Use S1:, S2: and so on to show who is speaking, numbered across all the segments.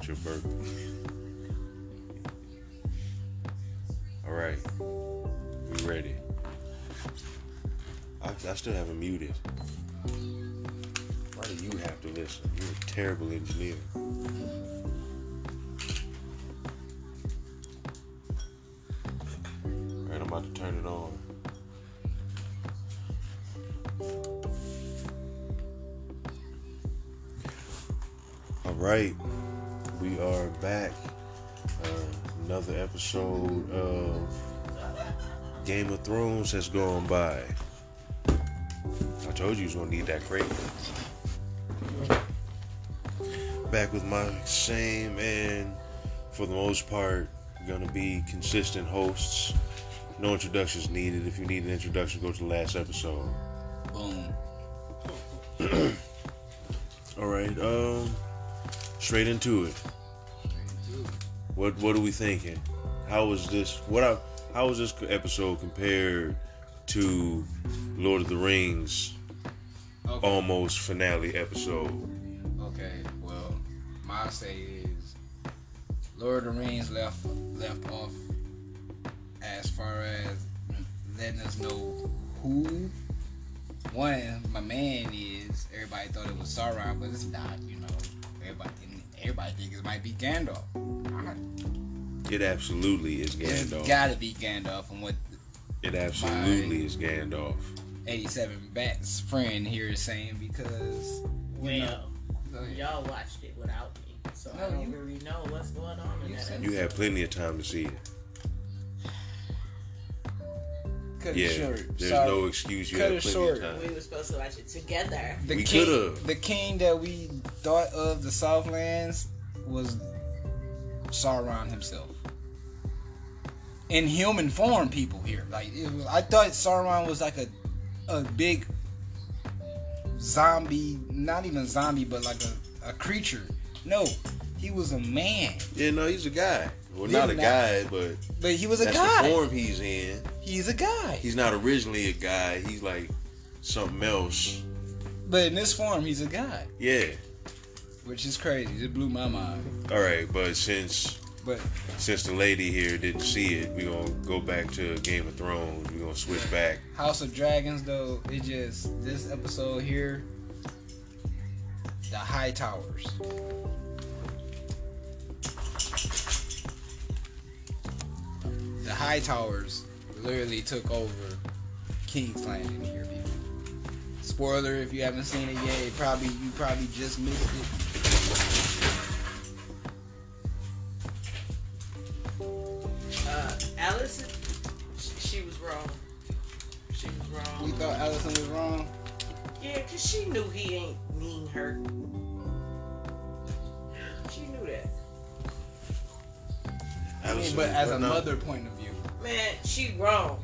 S1: Pittsburgh. All right, we ready. I, I still haven't muted. Why do you have to listen? You're a terrible engineer. All right, I'm about to turn it on. All right, we are back. Uh, another episode of Game of Thrones has gone by. I told you you was gonna need that crate. Back with my same and, for the most part, gonna be consistent hosts. No introductions needed. If you need an introduction, go to the last episode.
S2: Boom.
S1: All right, um, straight into it. What what are we thinking? How is this? What I, how is this episode compared to Lord of the Rings
S2: Okay.
S1: almost finale episode?
S2: okay. Well, my say is Lord of the Rings left left off as far as letting us know who one my man is. Everybody thought it was Sauron, but it's not. You know, everybody and everybody think it might be Gandalf.
S1: It absolutely is
S2: It's
S1: Gandalf.
S2: gotta be Gandalf from what
S1: It absolutely is Gandalf.
S2: 87 Bats friend here is saying because you know,
S3: Well, y'all watched it without me, so
S2: No,
S3: I don't
S2: Oh, you-
S3: really know what's going on in
S2: you
S3: that.
S2: said-
S1: You had plenty of time to see it.
S2: cut it
S1: Yeah,
S2: short.
S1: there's
S2: Sorry.
S1: no excuse. You
S2: Cut
S1: had
S2: it
S1: plenty of
S2: short.
S1: time.
S3: We were supposed to watch it together.
S2: The
S1: We
S2: king,
S1: coulda.
S2: the king that we thought of the Southlands was Sauron himself. In human form, people here. Like it was, I thought Sauron was like a a big zombie, not even zombie, but like a, a creature. No, he was a man,
S1: Yeah, no, he's a guy. Well,
S2: Yeah,
S1: not a
S2: nah.
S1: guy, but
S2: but he was a
S1: that's the
S2: guy.
S1: form he's in.
S2: He's a guy,
S1: He's not originally a guy. He's like something else.
S2: but in this form, he's a guy,
S1: Yeah.
S2: which is crazy. It blew my mind.
S1: All right, but since
S2: But
S1: since the lady here didn't see it, we're gonna go back to Game of Thrones. We're gonna switch back.
S2: House of Dragons though, it just this episode here, the high towers. The high towers literally took over King's Landing here, people. Spoiler if you haven't seen it yet, it probably you probably just missed it.
S3: Uh, Allison, sh- she was wrong. She was
S2: We
S3: wrong.
S2: thought Allison was wrong.
S3: Yeah, 'cause she knew he ain't mean her. She knew that.
S2: I mean, but as a mother point of view.
S3: Man, she wrong.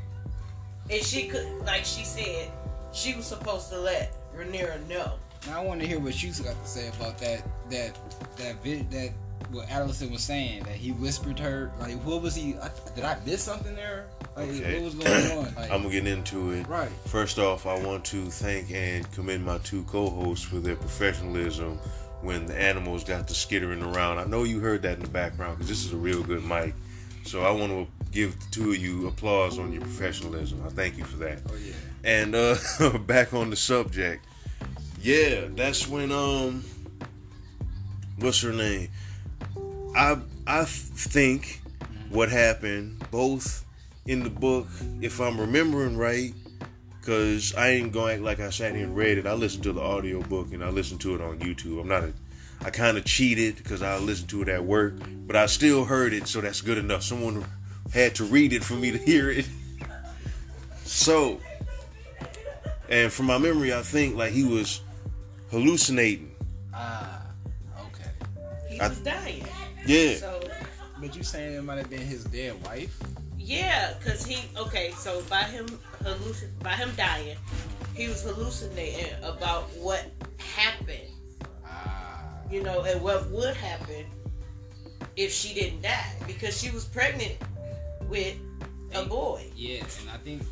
S3: And she could, like she said, she was supposed to let Rhaenyra know.
S2: Now I want to hear what you got to say about that that that vid, that what Allison was saying that he whispered to her like what was he I, did I miss something there like
S1: Okay.
S2: what was going on like
S1: I'm gonna get into it.
S2: right
S1: First off, I want to thank and commend my two co-hosts for their professionalism when the animals got to skittering around. I know you heard that in the background because this is a real good mic. So I want to give the two of you applause on your professionalism. I thank you for that.
S2: oh yeah
S1: And uh back on the subject. Yeah, that's when um what's her name? I I think what happened both in the book, if I'm remembering right, cause I ain't going like I sat here and read it. I listened to the audio book and I listened to it on YouTube. I'm not a I kind of cheated because I listened to it at work, but I still heard it, so that's good enough. Someone had to read it for me to hear it. So, and from my memory, I think like he was hallucinating.
S2: ah okay
S3: He
S1: I-
S3: was dying.
S1: Yeah.
S3: So
S2: but you saying it might have been his dead wife
S3: Yeah, cause he okay. So by him hallucin- by him dying, he was hallucinating about what happened,
S2: ah
S3: you know, and what would happen if she didn't die because she was pregnant with a boy.
S2: yes and I think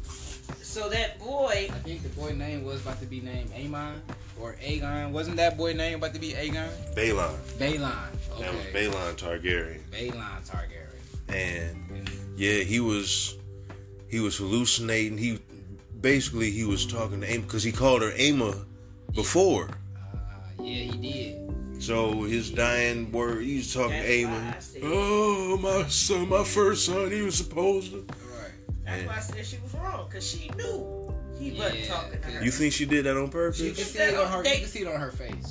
S3: So that boy,
S2: I think the boy name was about to be named Amon or Aegon. Wasn't that boy name about to be Aegon?
S1: Balon.
S2: Balon. Okay.
S1: That was Balon Targaryen.
S2: Balon Targaryen.
S1: and yeah, he was he was hallucinating. He basically he was talking to Ama because he called her Ama before.
S2: Uh, yeah, he did.
S1: So his dying word, he was talking
S3: That's
S1: to
S3: why
S1: Ama.
S3: I said-
S1: Oh, my son, my first son. He was supposed to.
S2: Right.
S3: that's why I said she was wrong, because she knew he wasn't
S2: Yeah,
S3: talking to her.
S1: You think she did that on purpose?
S2: You can see it on her. You can see it on her face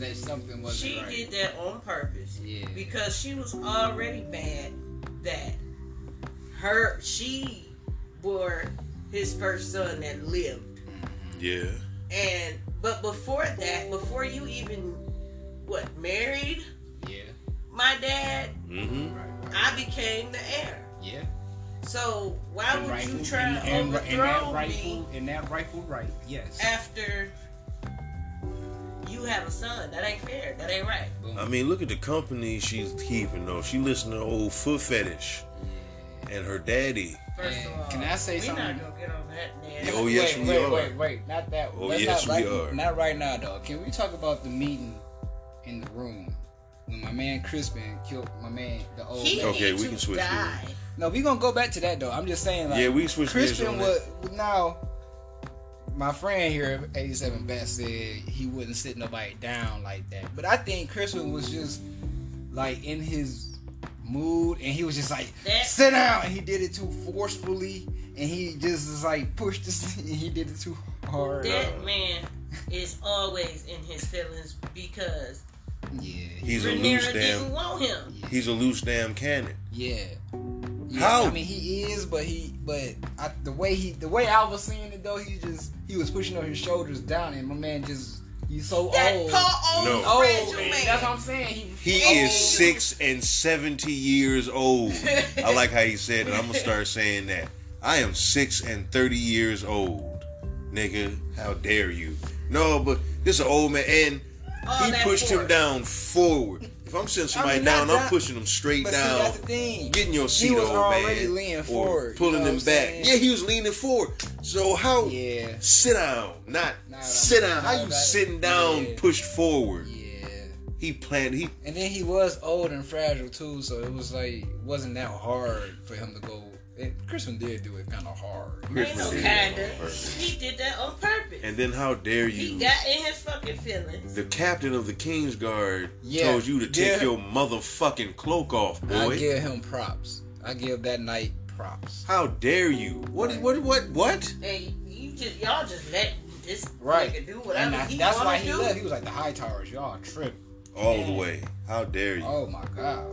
S2: that something wasn't
S3: She
S2: right.
S3: did that on purpose
S2: Yeah.
S3: because she was already mad that her she bore his first son that lived,
S1: yeah.
S3: and but before that, before you even what married
S2: Yeah.
S3: my dad,
S1: Mm-hmm.
S2: Right. right.
S3: I became the heir.
S2: Yeah.
S3: So why
S2: And
S3: would
S2: rightful-
S3: you try to
S2: and, and, and
S3: overthrow
S2: that
S3: me
S2: rightful and that rightful right? Yes.
S3: after you have a son? That ain't fair. That ain't right.
S2: Boom.
S1: I mean, look at the company she's keeping though. She listened to old Foot Fetish and her daddy.
S3: First of
S2: And
S3: all,
S2: can I say
S3: we
S2: something?
S3: not gonna get on that
S2: Yeah,
S3: now.
S1: Oh, yes,
S2: wait,
S1: we
S2: wait,
S1: are.
S2: Wait, wait, not that.
S1: Oh,
S2: Let's
S1: yes,
S2: not
S1: we
S2: right,
S1: are.
S2: Not right now, though. Can we talk about the meeting in the room when my man Crispin killed my man, the old
S3: He
S2: man?
S1: Okay,
S3: need
S1: we
S3: to
S1: can switch
S3: die.
S2: No, we gonna go back to that though. I'm just saying, like,
S1: yeah, we switched gears
S2: Crispin
S1: on that.
S2: was now. My friend here, 87 Bat, said he wouldn't sit nobody down like that. But I think Crispin was just like in his mood, and he was just like,
S3: That-
S2: "Sit down!" And he did it too forcefully, and he just was like pushed this. And he did it too hard.
S3: That man is always in his feelings because
S2: Yeah. he-
S1: He's a loose
S3: Rhaenyra didn't
S1: damn.
S3: want him.
S1: He's a loose damn cannon.
S2: Yeah. Yeah,
S1: How?
S2: I mean, he is, but he, but I, the way he, the way I was seeing it though, he just, he was pushing on his shoulders down, and my man just, he's so
S3: That
S2: old.
S3: poor
S1: No.
S3: old fragile
S1: man.
S3: Oh, man.
S2: Oh, That's what I'm saying. He,
S1: He
S2: old.
S1: is six and seventy years old. I like how he said it. I'm gonna start saying that. I am six and thirty years old, nigga. How dare you? No, but this an old man, and
S3: All
S2: Oh,
S1: he
S3: that
S1: pushed him
S3: force.
S1: down forward. If I'm sending somebody
S2: mean, not
S1: down, I'm
S2: down-
S1: pushing them straight
S2: But see,
S1: down.
S2: that's the thing.
S1: Getting your seat,
S2: was
S1: old
S2: already
S1: man,
S2: leaning
S1: or
S2: forward,
S1: pulling
S2: you know
S1: him
S2: what
S1: back.
S2: I'm saying?
S1: Yeah, he was leaning forward. So how?
S2: Yeah.
S1: Sit down, not
S2: Nah, nah,
S1: sit down.
S2: nah,
S1: how you
S2: nah,
S1: sitting down,
S2: yeah.
S1: pushed forward?
S2: Yeah.
S1: He planned. He
S2: And then he was old and fragile too, so it was like it wasn't that hard for him to go. It, Crispin did do it kind of hard.
S3: Ain't no
S1: Crispin did that
S3: kinda.
S1: on purpose.
S3: He did that on purpose.
S1: And then how dare
S3: he
S1: you?
S3: got in his fucking feelings.
S1: The captain of the King's Guard
S2: Yeah,
S1: told you to
S2: yeah.
S1: take your motherfucking cloak off,
S2: I
S1: boy.
S2: give him props. I give that night props.
S1: How dare you? What?
S2: Right.
S1: What? What? What?
S3: And you just y'all just let this
S2: Right.
S3: nigga do whatever
S2: And I,
S3: he
S2: that's
S3: wanna
S2: why he
S3: do.
S2: left. He was like the high towers, y'all tripping.
S1: All the
S3: Yeah.
S1: way. How dare you?
S2: Oh my god.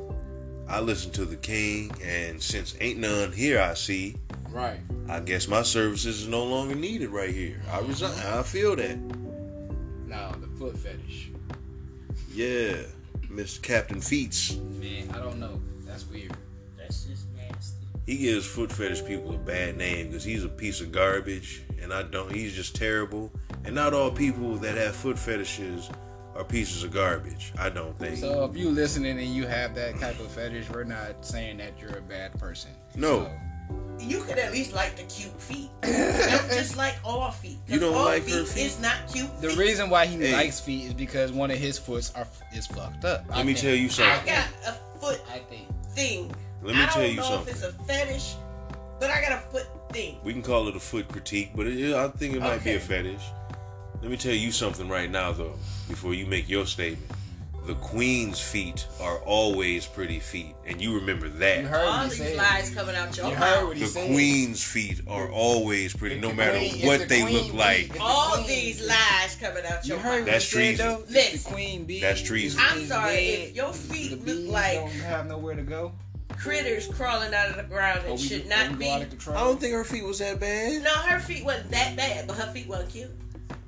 S1: I listen to the King, and since ain't none here, I see.
S2: Right.
S1: I guess my services is no longer needed right here. I resign. I feel that.
S2: Now the foot fetish.
S1: Yeah, Mr. Captain Feets.
S2: Man, I don't know. That's weird.
S3: That's just nasty.
S1: He gives foot fetish people a bad name because he's a piece of garbage, and I don't. He's just terrible. And not all people that have foot fetishes are pieces of garbage. I don't think.
S2: So if you listening and you have that type of fetish, we're not saying that you're a bad person.
S1: No.
S2: So-
S3: You could at least like the cute feet. Don't just like all feet. 'cause
S1: You don't
S3: all
S1: like
S3: feet
S1: her feet?
S3: is not cute.
S2: The
S3: feet.
S2: reason why he
S1: Hey.
S2: likes feet is because one of his foots are is fucked up.
S1: Let me tell you
S3: I
S1: something.
S3: got a foot
S2: I think.
S3: thing.
S1: Let me
S3: I don't
S1: tell you
S3: know
S1: something.
S3: if it's a fetish, but I got a foot thing.
S1: We can call it a foot critique, but it, I think it might be a
S3: Okay.
S1: fetish. Let me tell you something right now, though, before you make your statement. The queen's feet are always pretty feet, and you remember
S2: You
S1: that.
S2: heard
S3: All
S2: what he
S3: these
S2: said.
S3: lies coming out your
S2: You heard
S3: mouth.
S2: what he
S1: The
S2: said.
S1: queen's feet are always pretty,
S2: If
S1: no
S2: the
S1: matter
S2: queen- if the
S1: what they
S2: queen
S1: look
S2: be-
S1: like.
S2: if the
S3: All
S2: queen-
S3: these lies coming out
S2: You
S3: your
S2: heard
S3: mouth.
S1: That's
S2: what he said
S1: treason.
S2: though. It's
S3: Listen.
S2: the queen bee.
S1: That's treason.
S2: It's
S3: I'm
S2: the
S3: sorry,
S2: bed.
S3: if your feet
S2: the
S3: look
S2: bees
S3: like-
S2: don't have nowhere to go.
S3: Critters crawling out of the ground
S2: or
S3: and
S2: we
S3: should
S2: go- or we
S3: not
S2: go
S3: be.
S2: out of control.
S1: think her feet was that bad.
S3: No, her feet wasn't that bad, but her feet wasn't cute.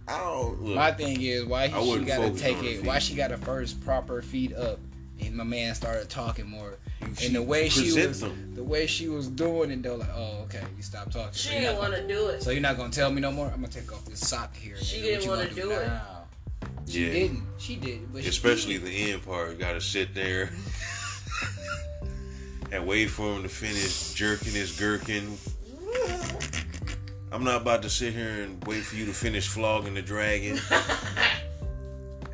S1: I don't. Look,
S2: My thing is why
S1: I
S2: he, she
S1: wouldn't
S2: gotta
S1: focus
S2: take
S1: on her
S2: it.
S1: feet.
S2: Why she gotta first prop her feet up, and my man started talking more. And the way she
S1: present
S2: was,
S1: them.
S2: the way she was doing it, though, like, oh, okay, you stop talking.
S3: She
S2: You're
S3: didn't
S2: not-
S3: want to do it.
S2: So you're not gonna tell me no more? I'm gonna take off this sock here.
S3: She
S2: nigga.
S3: didn't
S2: What you
S3: wanna
S2: gonna
S3: do it.
S2: now? She
S1: yeah.
S2: didn't. She did. But she
S1: Especially
S2: did.
S1: the end part. Got to sit there and wait for him to finish jerking his gherkin. I'm not about to sit here and wait for you to finish flogging the dragon.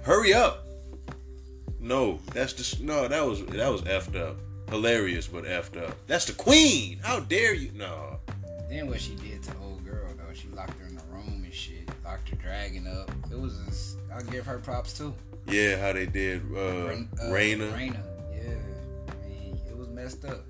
S1: Hurry up. No, that's just no. That was that was effed up. Hilarious, but effed up. That's the queen. How dare you? No.
S2: Then what she did to the old girl though, she locked her in the room and shit, locked her dragon up. It was, just, I'll give her props too.
S1: Yeah, how they did uh,
S2: Rain- uh,
S1: Raina.
S2: Raina, yeah. I mean, it was messed up.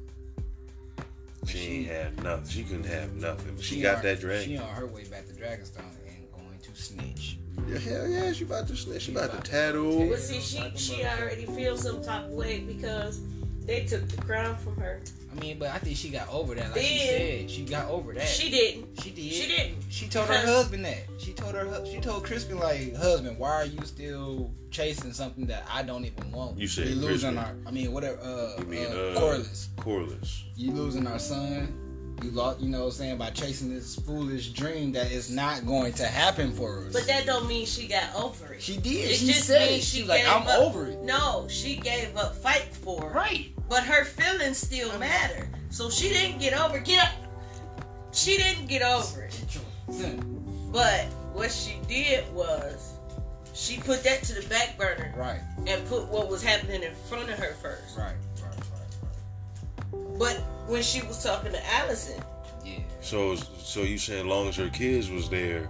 S2: But
S1: She ain't have nothing. She couldn't have nothing. She,
S2: she
S1: got
S2: on-
S1: that
S2: She
S1: dragon.
S2: on her way back to Dragonstone and going to snitch.
S1: Yeah, hell yeah, she about to snitch. She
S2: She
S1: about
S2: about
S1: to
S2: to
S1: tattle.
S3: Well, see, she she already feels some type of way because they took the crown from her.
S2: I mean, but I think she got over that. Like she
S3: Then-
S2: said, she got over that.
S3: She didn't.
S2: She did.
S3: She didn't.
S2: She told her husband that. She told her. hu- She told Crispin like, husband, why are you still chasing something that I don't even want?
S1: You said
S2: we losing
S1: Crispin.
S2: our. I mean, whatever. Uh,
S1: You mean,
S2: uh,
S1: uh,
S2: Corliss.
S1: Corliss.
S2: You losing our son. You lost. You know what I'm saying by chasing this foolish dream that is not going to happen for us.
S3: But that don't mean she got over it.
S2: she did.
S3: It
S2: she
S3: just
S2: said it.
S3: means
S2: She
S3: she
S2: like,
S3: gave
S2: I'm
S3: up.
S2: over it.
S3: No, she gave up fight for. her.
S2: Right.
S3: But her feelings still matter. So she didn't get over. Get up. She didn't get over it. But what she did was she put that to the back burner
S2: Right.
S3: and put what was happening in front of her first.
S2: Right. Right. Right.
S3: But when she was talking to Allison,
S2: Right. Yeah.
S1: So, so you saying long as her kids was there,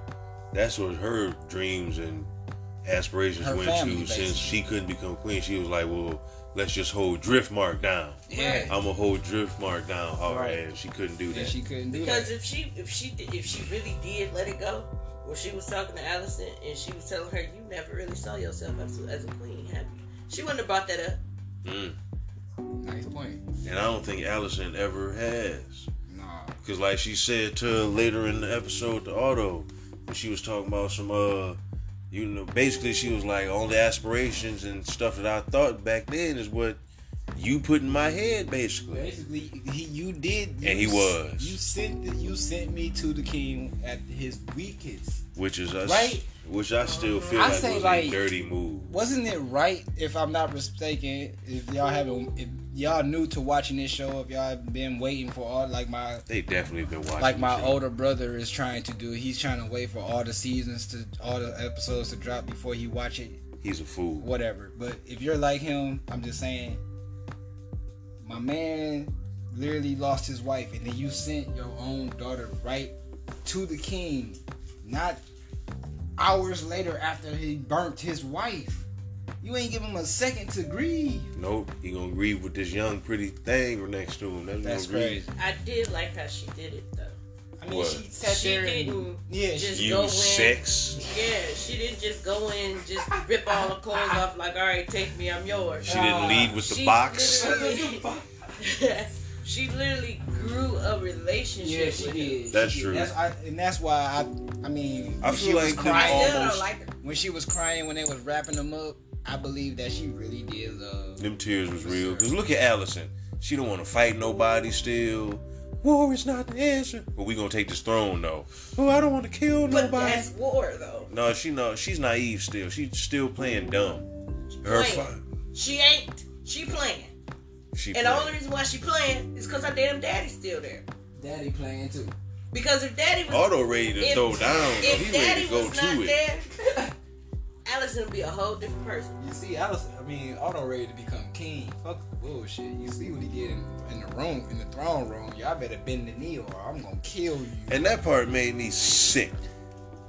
S1: that's what her dreams and aspirations
S2: Her
S1: went
S2: family,
S1: to.
S2: basically.
S1: Since she couldn't become queen, she was like, "Well, let's just hold Driftmark down.
S2: Yeah.
S1: I'm gonna hold Driftmark down hard."
S2: Right.
S1: And she couldn't do
S2: And
S1: that.
S2: she couldn't do
S3: because
S2: that.
S3: if she if she did, if she really did let it go, when she was talking to Allison and she was telling her, "You never really saw yourself as a, as a queen." Have you? She wouldn't have brought that up.
S1: Mm.
S2: Nice point.
S1: And I don't think Allison ever has.
S2: Nah.
S1: Cause like she said to later in the episode to Auto, when she was talking about some uh you know basically she was like all the aspirations and stuff that I thought back then is what you put in my head basically.
S2: Basically, he you did, you
S1: And he
S2: s-
S1: was.
S2: You sent the, you sent me to the king at his weakest.
S1: Which is us
S2: Right.
S1: which I still feel
S2: I
S1: like
S2: say,
S1: was a
S2: like-
S1: dirty move.
S2: Wasn't it right? If I'm not mistaken, if y'all haven't, if y'all new to watching this show, if y'all have been waiting for all like my
S1: They definitely been watching.
S2: like my
S1: the show.
S2: older brother is trying to do, he's trying to wait for all the seasons to all the episodes to drop before he watch it.
S1: he's a fool.
S2: whatever. But if you're like him, I'm just saying, my man literally lost his wife, and then you sent your own daughter right to the king, not hours later after he burnt his wife. You ain't give him a second to grieve.
S1: Nope. He gonna grieve with this young pretty thing next to him. That's,
S2: That's
S1: gonna grieve.
S2: crazy.
S3: I did like how she did it though.
S2: I mean,
S1: What?
S2: she sat
S3: She
S2: there. and,
S3: didn't
S2: yeah, she,
S3: just go in.
S1: Use sex.
S3: Yeah, she didn't just go in, and just rip all the clothes off. Like, all right, take me, I'm yours.
S1: She didn't lead with the
S3: She
S1: box.
S3: literally- she literally grew a relationship.
S2: yeah, she
S3: with him.
S2: did.
S1: That's
S2: She did.
S1: true.
S2: That's, I, and that's why I, I mean,
S1: I
S2: when she
S1: feel like
S2: was
S1: them
S3: I
S2: crying.
S3: still don't
S1: almost-
S3: like her.
S2: when she was crying when they was wrapping them up, I believe that she really did love.
S1: Them tears was real. Cause look at Allison. She don't want to fight nobody still. War is not the answer. But we gonna take this throne though. Oh, I don't want to kill
S3: But
S1: nobody.
S3: that's war, though.
S1: No, she no. She's naive still. She's still playing dumb. Her
S3: Playing.
S1: fight.
S3: She ain't. She playing.
S1: She
S3: And
S1: playing.
S3: the only reason why she playing is because her damn daddy's still there.
S2: Daddy playing too.
S3: Because if daddy was
S1: Auto ready to
S3: if,
S1: throw down. though.
S3: if
S1: He
S3: daddy
S1: ready to go
S3: was not
S1: to it.
S3: there, Allison would be a whole different person.
S2: You see, Allison, I mean, Auto ready to become king. Fuck the bullshit. You see what he did in, in the room, in the throne room. Y'all better bend the knee or I'm gonna kill you.
S1: And that part made me sick.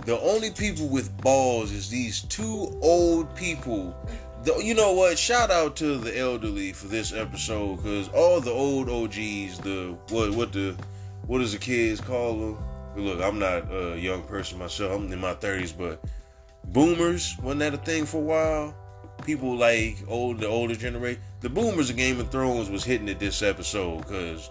S1: The only people with balls is these two old people. The, you know what? Shout out to the elderly for this episode because all the old OGs, the what what the what does the kids call them? Look, I'm not a young person myself. I'm in my 30s, but boomers wasn't that a thing for a while? People like old the older generation. The boomers of Game of Thrones was hitting it this episode because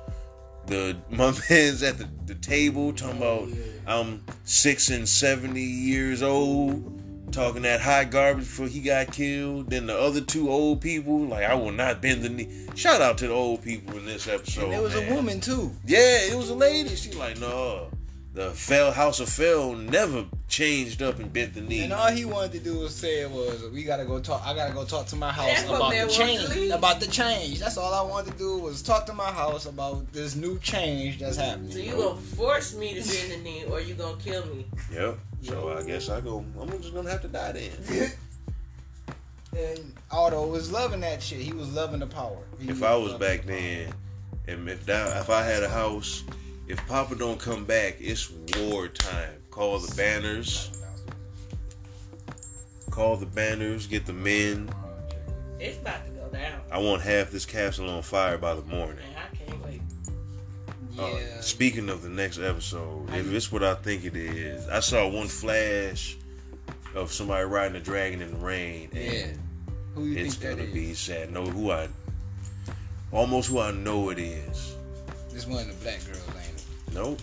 S1: the my man's at the, the table talking about I'm six and seventy years old, talking that high garbage before he got killed. Then the other two old people, like I will not bend the knee. Shout out to the old people in this episode.
S2: And there was
S1: Oh, man.
S2: a woman too.
S1: Yeah, it was a lady. She like, no, the fell House of Fell never changed up and bent the knee.
S2: And uh, all he wanted to do was say was we gotta go talk. I gotta go talk to my house
S3: That's what
S2: about
S3: man
S2: the
S3: wants to
S2: change.
S3: leave.
S2: About the change. That's all I wanted to do was talk to my house about this new change that's happening.
S3: So you gonna force me to bend the knee, or you gonna kill me?
S1: Yep. So I guess I go. I'm just gonna have to die then.
S2: and Otto was loving that shit. He was loving the power. He
S1: If I was
S2: loving
S1: back
S2: the power.
S1: then, and if that, if I had a house, if Papa don't come back, it's war time. Call the banners. Call the banners. Get the men.
S3: It's about to go down,
S1: I want half this castle on fire by the morning.
S3: and I can't wait.
S2: Yeah.
S1: Uh, speaking of the next episode, if it's what I think it is, I saw one flash of somebody riding a dragon in the rain, and
S2: yeah. Who you
S1: it's
S2: think
S1: gonna
S2: that is?
S1: be sad. Know who I, almost who I know it is.
S2: This one of the black girls, ain't it?
S1: Nope.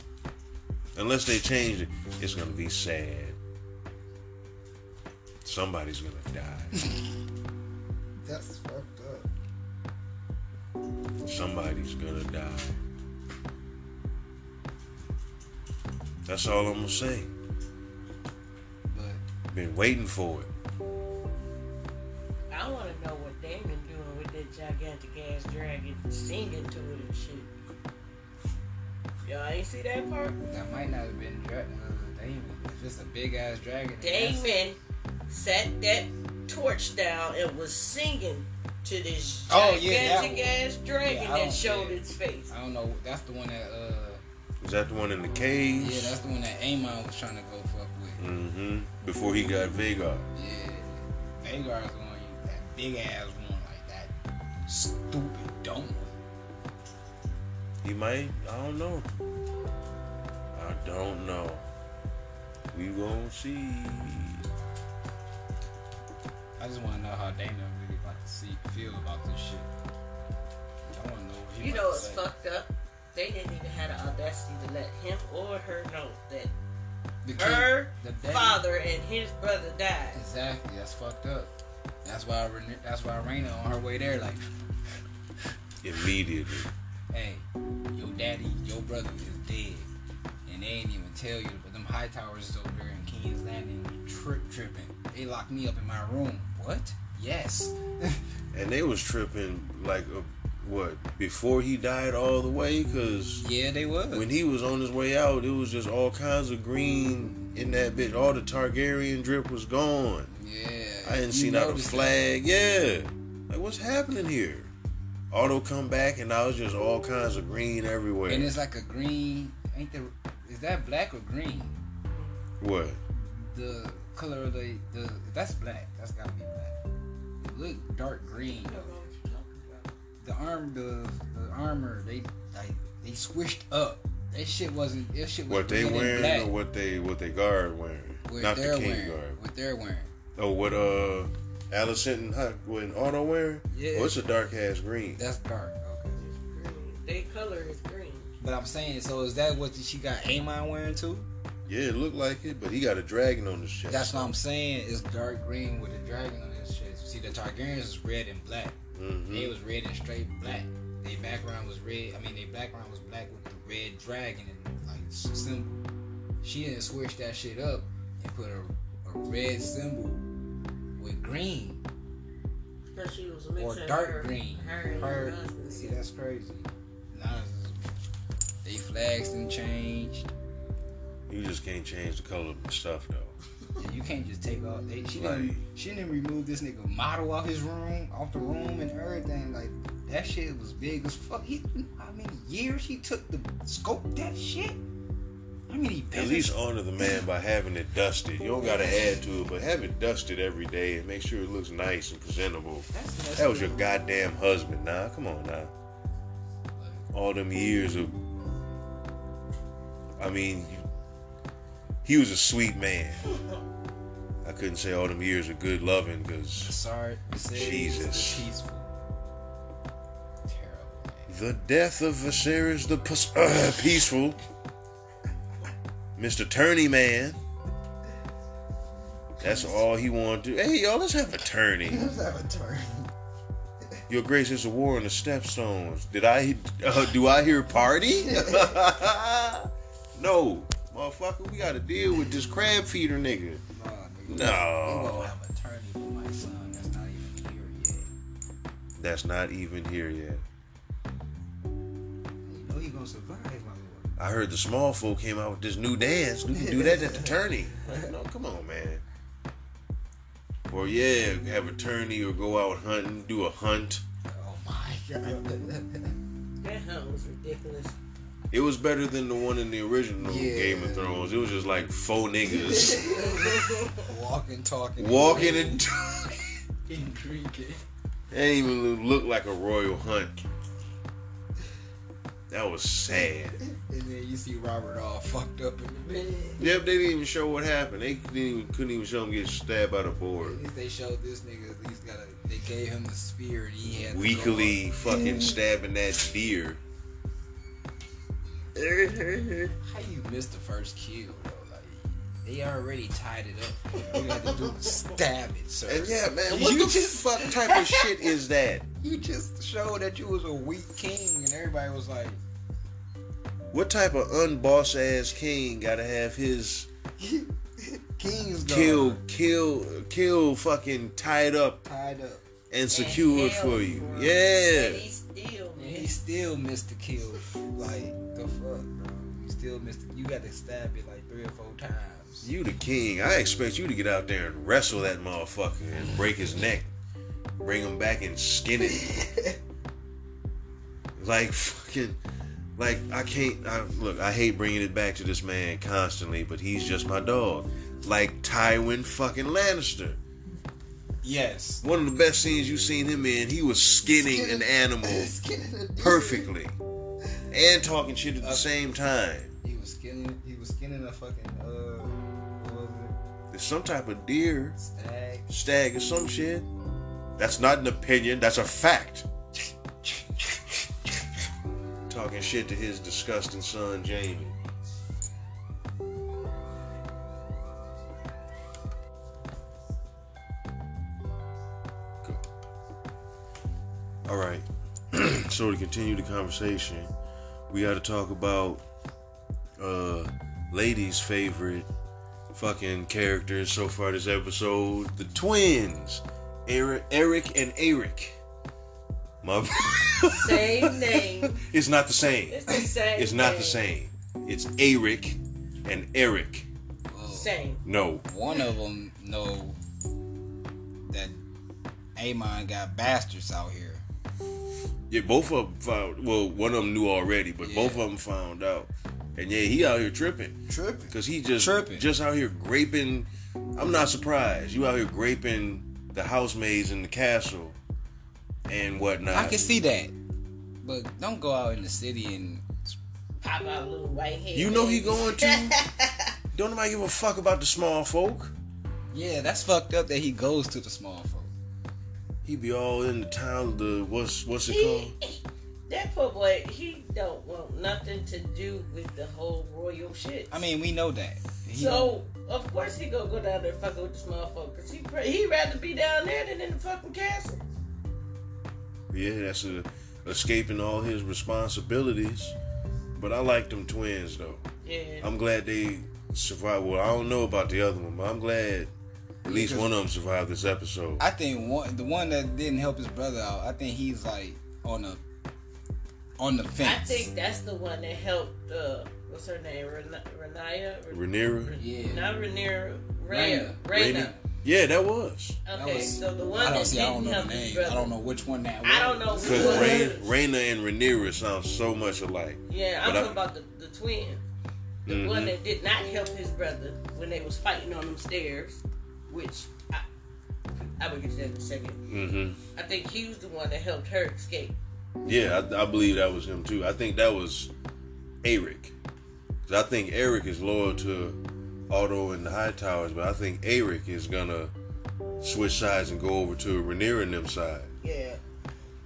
S1: Unless they change it, it's gonna be sad. Somebody's gonna die.
S2: That's fucked up.
S1: Somebody's gonna die. That's all I'm gonna say.
S2: But
S1: Been waiting for it.
S3: I want to know what Damon doing with that gigantic ass dragon singing to it and shit. Y'all ain't see that part?
S2: that might not have been dra- uh, Damon. If it's a big ass dragon, then that's-
S3: Damon set that torch down and was singing to this
S2: Oh, yeah, that
S3: gigantic ass dragon
S2: Yeah, I
S3: that
S2: don't-
S3: showed
S2: yeah.
S3: its face.
S2: I don't know. That's the one that. uh
S1: Was that the one in the cage?
S2: Yeah, that's the one that Amon was trying to go fuck with.
S1: Mm-hmm. Before he got Vagar.
S2: Yeah, Vanguard's the one. That big ass one, like that stupid dumb one.
S1: He might. I don't know. I don't know. We gonna see.
S2: I just want to know how Damon really like to see feel about this shit. I want to know. What he
S3: You
S2: about
S3: know
S2: to
S3: it's
S2: say.
S3: fucked up. They didn't even have the audacity to let him or her know that
S2: The kid-
S3: her
S2: the daddy-
S3: father and his brother died.
S2: Exactly. That's fucked up. That's why. Ren- That's why Raina on her way there, like,
S1: Immediately.
S2: hey, your daddy, your brother is dead, and they ain't even tell you. But them high towers is over there in King's Landing, trip tripping. They locked me up in my room. What? Yes.
S1: And they was tripping like uh what before he died all the way because
S2: Yeah, they was.
S1: when he was on his way out, it was just all kinds of green in that bitch. All the Targaryen drip was gone.
S2: yeah.
S1: I didn't
S2: you
S1: see not a
S2: noticed
S1: flag. Yeah. Like what's happening here? Auto come back and now it's just all kinds of green everywhere.
S2: that. And it's like a green. Ain't the? Is that black or green?
S1: what?
S2: The color of the the. That's black. That's gotta be black. It look dark green. the arm the, the armor they like they squished up. That shit wasn't that shit was
S1: What they
S2: red and
S1: wearing
S2: black
S1: or what they what they guard wearing?
S2: what
S1: Not
S2: they're
S1: the king
S2: wearing,
S1: guard.
S2: What they're wearing.
S1: Oh, what uh, Allison and when auto wearing?
S2: Yeah.
S1: Oh, it's a dark ass green.
S2: That's dark. Okay.
S3: They color is green.
S2: But I'm saying, so is that what she got Amon wearing too?
S1: Yeah, it looked like it, but he got a dragon on his chest.
S2: That's what I'm saying. It's dark green with a dragon on his chest. See, the Targaryens is red and black. They
S1: Mhm.
S2: was red and straight black. Their background was red. I mean, their background was black with the red dragon and like s- symbol. She didn't switch that shit up and put a, a red symbol with green
S3: Because she was
S2: or
S3: mixing
S2: dark
S3: her,
S2: green.
S3: Her and her husband.
S2: see, that's crazy. Nah, it's- they flags didn't change.
S1: You just can't change the color of the stuff though.
S2: Yeah, you can't just take off. They, she
S1: Like-
S2: didn't. She didn't remove this nigga model off his room, off the room, and everything. Like that shit was big as fuck. He, how many years he took to scope that shit? How many?
S1: At
S2: business-
S1: least honor the man by having it dusted. You don't gotta add to it, but have it dusted every day and make sure it looks nice and presentable.
S2: That's messed
S1: That was your
S2: up.
S1: goddamn husband, nah. Come on, nah. All them years of, I mean, you- he was a sweet man. I couldn't say all them years of good loving because
S2: Sorry, it says
S1: Jesus.
S2: the peaceful. Terrible.
S1: The death of Viserys the pus- uh, Peaceful, Mr. Tourney Man. That's all he wanted to. Hey, y'all, let's have a tourney.
S2: Let's have a turn.
S1: Your Grace is a war on the stepstones. Did I uh, do I hear party? no, motherfucker, we gotta deal with this crab feeder nigga.
S2: Nah, nigga.
S1: No.
S2: We gonna have attorney for my son that's not even here yet.
S1: That's not even here yet.
S2: You know he gonna survive, my
S1: I heard the small folk came out with this new dance. You can do that at the tourney. Like, no, come on, man. Or yeah, have a tourney or go out hunting, do a hunt.
S2: lord. Oh my god.
S3: That hunt was ridiculous.
S1: It was better than the one in the original
S2: Yeah.
S1: Game of Thrones. It was just like four niggas
S2: Walking, talking,
S1: walking and
S2: and drinking.
S1: it didn't even look like a royal hunt. That was sad.
S2: And then you see Robert all fucked up in the bed.
S1: Yep, they didn't even show what happened. They didn't even, couldn't even show him get stabbed by the board.
S2: At least they showed this nigga at least got a. They gave him the spear and he had. to go
S1: Weakly
S2: up.
S1: fucking stabbing that deer.
S2: How you missed the first kill though? Like they already tied it up. You had to do stab it, sir.
S1: And yeah, man,
S2: You
S1: what the
S2: just-
S1: fuck type of shit is that?
S2: You just showed that you was a weak king, and everybody was like,
S1: What type of unboss ass king gotta have his
S2: "King's daughter
S1: kill, kill, kill fucking tied up
S2: tied up."
S1: and secured for you? Yeah.
S3: And he still
S2: And he
S3: man.
S2: still missed the kill. Like the fuck, bro. You still missed. The, you got to stab it like three or four times.
S1: You the king. I expect you to get out there and wrestle that motherfucker and break his neck. Bring him back and skin it. like fucking like I can't I, look, I hate bringing it back to this man constantly, but he's just my dog. Like Tywin fucking Lannister.
S2: Yes.
S1: One of the best scenes you've seen him in, he was skinning an animal perfectly. And talking shit at the same time.
S2: He was skinning. He was skinning a fucking uh, what was
S1: There's some type of deer
S2: it? Stag.
S1: stag or some shit. That's not an opinion, that's a fact. Talking shit to his disgusting son, Jamie. All right. so to continue the conversation, we got to talk about uh ladies' favorite fucking characters so far this episode. The twins, Eric, Eric and Eric. My,
S3: Same name.
S1: it's not the same.
S3: It's the same.
S1: It's not the
S3: name.
S1: same. It's Eric and Eric.
S2: Whoa.
S3: Same.
S1: No,
S2: Oh, One of them know that Amon got bastards out here.
S1: yeah, both of them found. Well, one of them knew already, but both of
S2: Yeah.
S1: them found out. And yeah, he out here tripping
S2: Tripping.
S1: because he just
S2: Tripping.
S1: just out here graping. I'm not surprised. You out here graping the housemaids in the castle and whatnot.
S2: I can see that, but don't go out in the city and
S3: Pop out little white head.
S1: You know he going to. Don't nobody give a fuck about the small folk.
S2: yeah, that's fucked up that he goes to the small folk.
S1: He be all in the town. The what's what's it
S3: He,
S1: called?
S3: that poor boy, he don't want nothing to do with the whole royal shit.
S2: I mean, we know that. He-
S3: so of course he gonna go down there fucking with this motherfucker. Cause he pr- he rather be down there than in the fucking castle.
S1: Yeah, that's a, escaping all his responsibilities. But I like them twins though.
S3: Yeah.
S1: I'm glad they survived. Well, I don't know about the other one, but I'm glad at least one of them survived this episode.
S2: I think one, the one that didn't help his brother out, I think he's like on a on the fence.
S3: I think that's the one that helped. Uh, what's her name? Ren- Renaya. Ren-
S1: Rhaenyra.
S2: Yeah.
S3: Not Renira. Raina.
S2: Raina.
S3: Raina.
S1: Yeah, that was
S2: That
S3: Okay,
S2: was-
S3: so the one
S2: I don't
S3: that
S2: see. I
S3: didn't
S2: don't know
S3: help
S2: the
S3: his
S2: name.
S3: brother.
S2: I don't know which one that.
S3: I don't know
S2: was.
S1: because
S3: What?
S1: Raina and Rhaenyra sound so much alike.
S3: Yeah, I'm
S1: But I-
S3: talking about the, the twin. The one
S1: Mhm.
S3: that did not help his brother when they was fighting on them stairs, which I, I will get to that in a second.
S1: hmm
S3: I think he was the one that helped her escape.
S1: Yeah, I, I believe that was him too. I think that was Eric. 'Cause I think Eric is loyal to Otto and the High Towers, but I think Eric is gonna switch sides and go over to Rhaenyra and them side
S3: Yeah.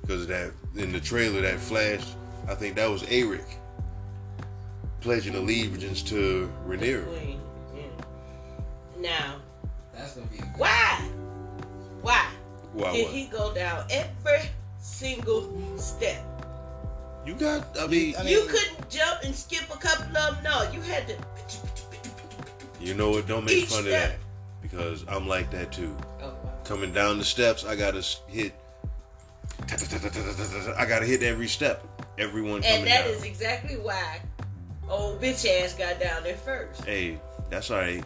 S1: because that in the trailer that flashed. I think that was Eric pledging allegiance to
S3: The
S1: Rhaenyra.
S3: queen. Yeah. Now,
S2: That's gonna be. a good-
S3: why? Why
S1: Why?
S3: did
S1: why?
S3: he go down every single step?
S1: You got? I mean,
S2: I mean-
S3: You couldn't jump and skip a couple of them. No, you had to
S1: You know what? Don't make
S3: Each
S1: fun
S3: step.
S1: of that because I'm like that too.
S3: Oh, wow.
S1: Coming down the steps, I gotta s- hit. I gotta hit every step. Everyone coming
S3: And that
S1: down.
S3: is exactly why old bitch ass got down there first.
S1: Hey, that's all right.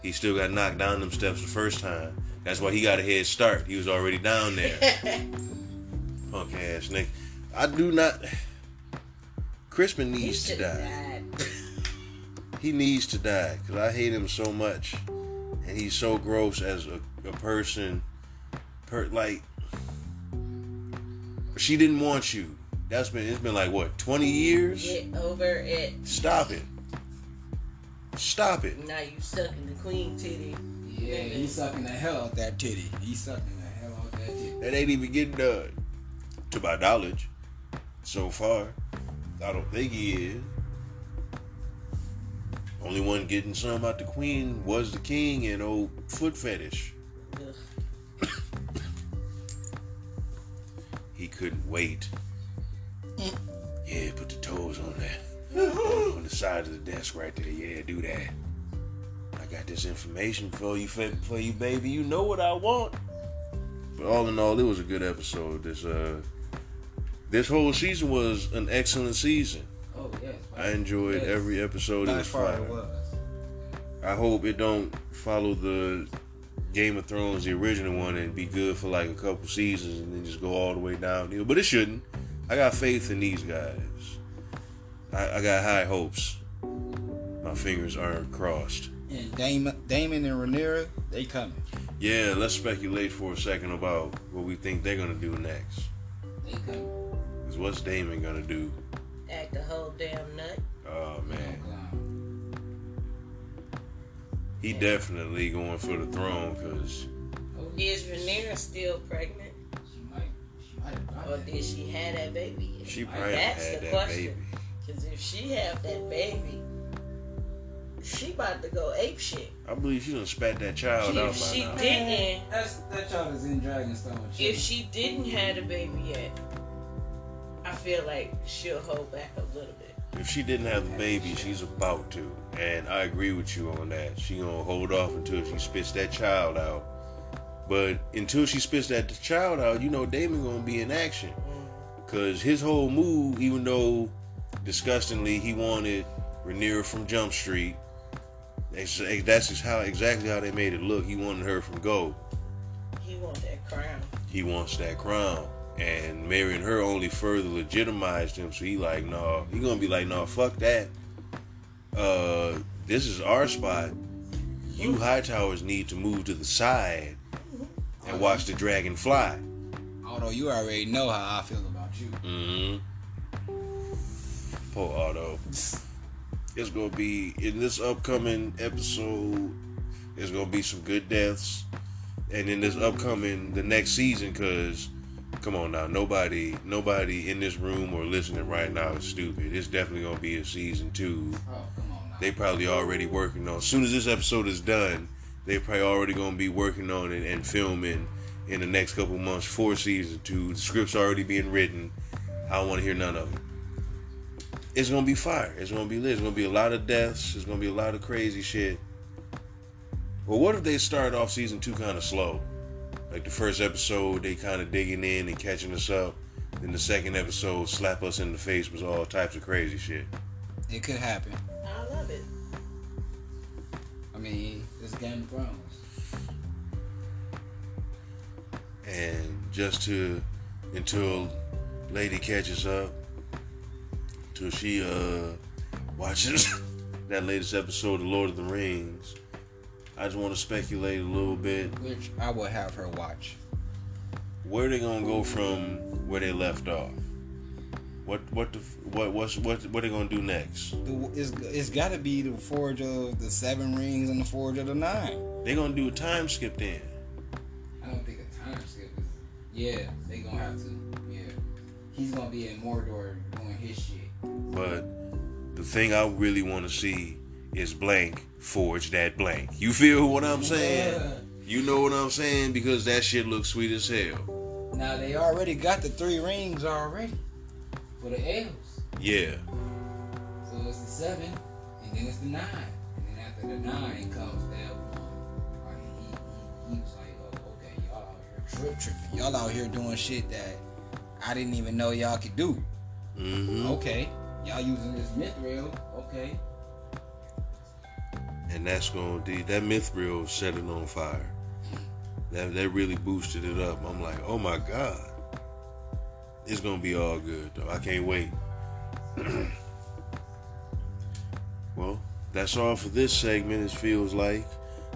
S1: He still got knocked down them steps the first time. That's why he got a head start. He was already down there. Punk ass nigga. I do not. Crispin
S3: He
S1: needs to
S3: should
S1: die.
S3: have died.
S1: He needs to die because I hate him so much, and he's so gross as a, a person. Per like, she didn't want you. That's been it's been like what twenty years.
S3: Get over it.
S1: Stop it. Stop it.
S3: Now you sucking the queen titty.
S2: Yeah, he sucking the hell out that titty. He sucking the hell out that titty.
S1: That ain't even getting done, to my knowledge, so far. I don't think he is. Only one getting some out the queen was the king and old foot fetish.
S3: Ugh.
S1: He couldn't wait. yeah, put the toes on that. on the side of the desk right there. Yeah, do that. I got this information for you, fa- for you, baby. You know what I want. But all in all, it was a good episode. This uh, this whole season was an excellent season.
S2: Oh yes.
S1: I enjoyed
S2: Yes.
S1: every episode. It
S2: By
S1: was
S2: far it
S1: fire.
S2: was.
S1: I hope it don't follow the Game of Thrones, the original one, and be good for like a couple seasons and then just go all the way downhill. But it shouldn't. I got faith in these guys. I, I got high hopes. My fingers aren't crossed.
S2: And Damon, Damon and Rhaenyra, they coming.
S1: Yeah, let's speculate for a second about what we think they're gonna do next.
S2: They coming.
S1: 'Cause what's Damon gonna do?
S3: Act a whole damn nut.
S1: Oh man,
S2: Um,
S1: he definitely going for the throne. Cause
S2: oh,
S3: Is Rhaenyra still pregnant,
S2: She might. She might have
S3: or
S2: done that.
S3: did she have that baby? yet?
S1: she probably
S3: That's
S1: had
S3: the
S1: that
S3: question.
S1: baby.
S3: Cause if she have that baby, she about to go ape shit.
S1: I believe she done spat that child
S3: She-
S1: out by
S3: she
S1: now.
S3: Didn't.
S2: That's, that child is in Dragonstone.
S3: If she didn't have the baby yet, I feel like she'll hold back a little bit.
S1: If she didn't have the baby, she's about to. And I agree with you on that. She gonna hold off until she spits that child out. But until she spits that child out, you know Damon gonna be in action. Cause his whole move, even though disgustingly he wanted Rhaenyra from Jump Street, they say that's just how exactly how they made it look. He wanted her from Go.
S3: He want that crown.
S1: He wants that crown. And marrying her only further legitimized him. So he like, no, he gonna be like, no, fuck that. Uh, this is our spot. You high towers need to move to the side and watch the dragon fly.
S2: Although you already know how I feel about you.
S1: Mm-hmm. Poor Otto. It's gonna be in this upcoming episode. It's gonna be some good deaths, and in this upcoming the next season. Cause, come on now, nobody, nobody in this room or listening right now is stupid. It's definitely gonna be a season two.
S2: Oh, come on now.
S1: They probably already working on. As soon as this episode is done, they probably already gonna be working on it and filming in the next couple months for season two. The script's already being written. I don't want to hear none of it. It's gonna be fire. It's gonna be lit. It's gonna be a lot of deaths. It's gonna be a lot of crazy shit. But what if they start off season two kind of slow? Like the first episode, they kind of digging in and catching us up. Then the second episode, slap us in the face with all types of crazy shit.
S2: it could happen.
S3: I love it.
S2: I mean, it's Game of Thrones.
S1: and just to until lady catches up till she uh watches that latest episode of lord of the rings i just want to speculate a little bit
S2: Which I will have her watch.
S1: where they gonna go from where they left off what what the f- what what's what what they gonna do next
S2: The, it's it's got to be the Forge of the Seven Rings and the Forge of the Nine.
S1: they gonna do a time skip then
S2: I don't think a time skip is. Yeah, they gonna have to. Yeah, he's gonna be in Mordor doing his shit.
S1: but the thing i really want to see is blank forge that blank you feel what i'm saying You know what I'm saying? Because that shit looks sweet as hell.
S2: Now they already got the three rings already for the elves.
S1: Yeah.
S2: So it's the seven, and then it's the nine, and then after And the nine comes down. Like, he, he, he was like, oh, okay, y'all out here trip tripping. Y'all out here doing shit that I didn't even know y'all could do.
S1: Mm-hmm.
S2: Okay. Y'all using this mithril. Okay.
S1: and that's gonna de- that mithril set it on fire. That that really boosted it up. I'm like, oh my god, it's gonna be all good though. I can't wait. well, that's all for this segment. It feels like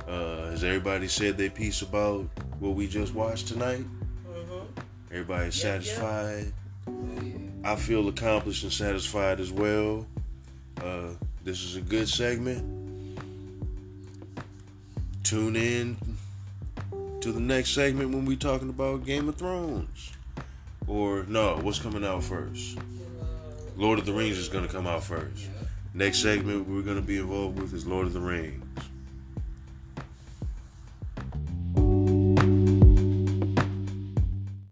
S1: uh, has everybody said their piece about what we just watched tonight?
S3: Mm-hmm.
S1: Everybody's
S3: Yeah, yeah.
S1: satisfied.
S2: Yeah, yeah.
S1: I feel accomplished and satisfied as well. Uh, this is a good segment. Tune in to the next segment when we talking about Game of Thrones. Or, no, what's coming out first? Lord of the Rings is going to come out first.
S2: yeah.
S1: Next segment we're going to be involved with is Lord of the Rings.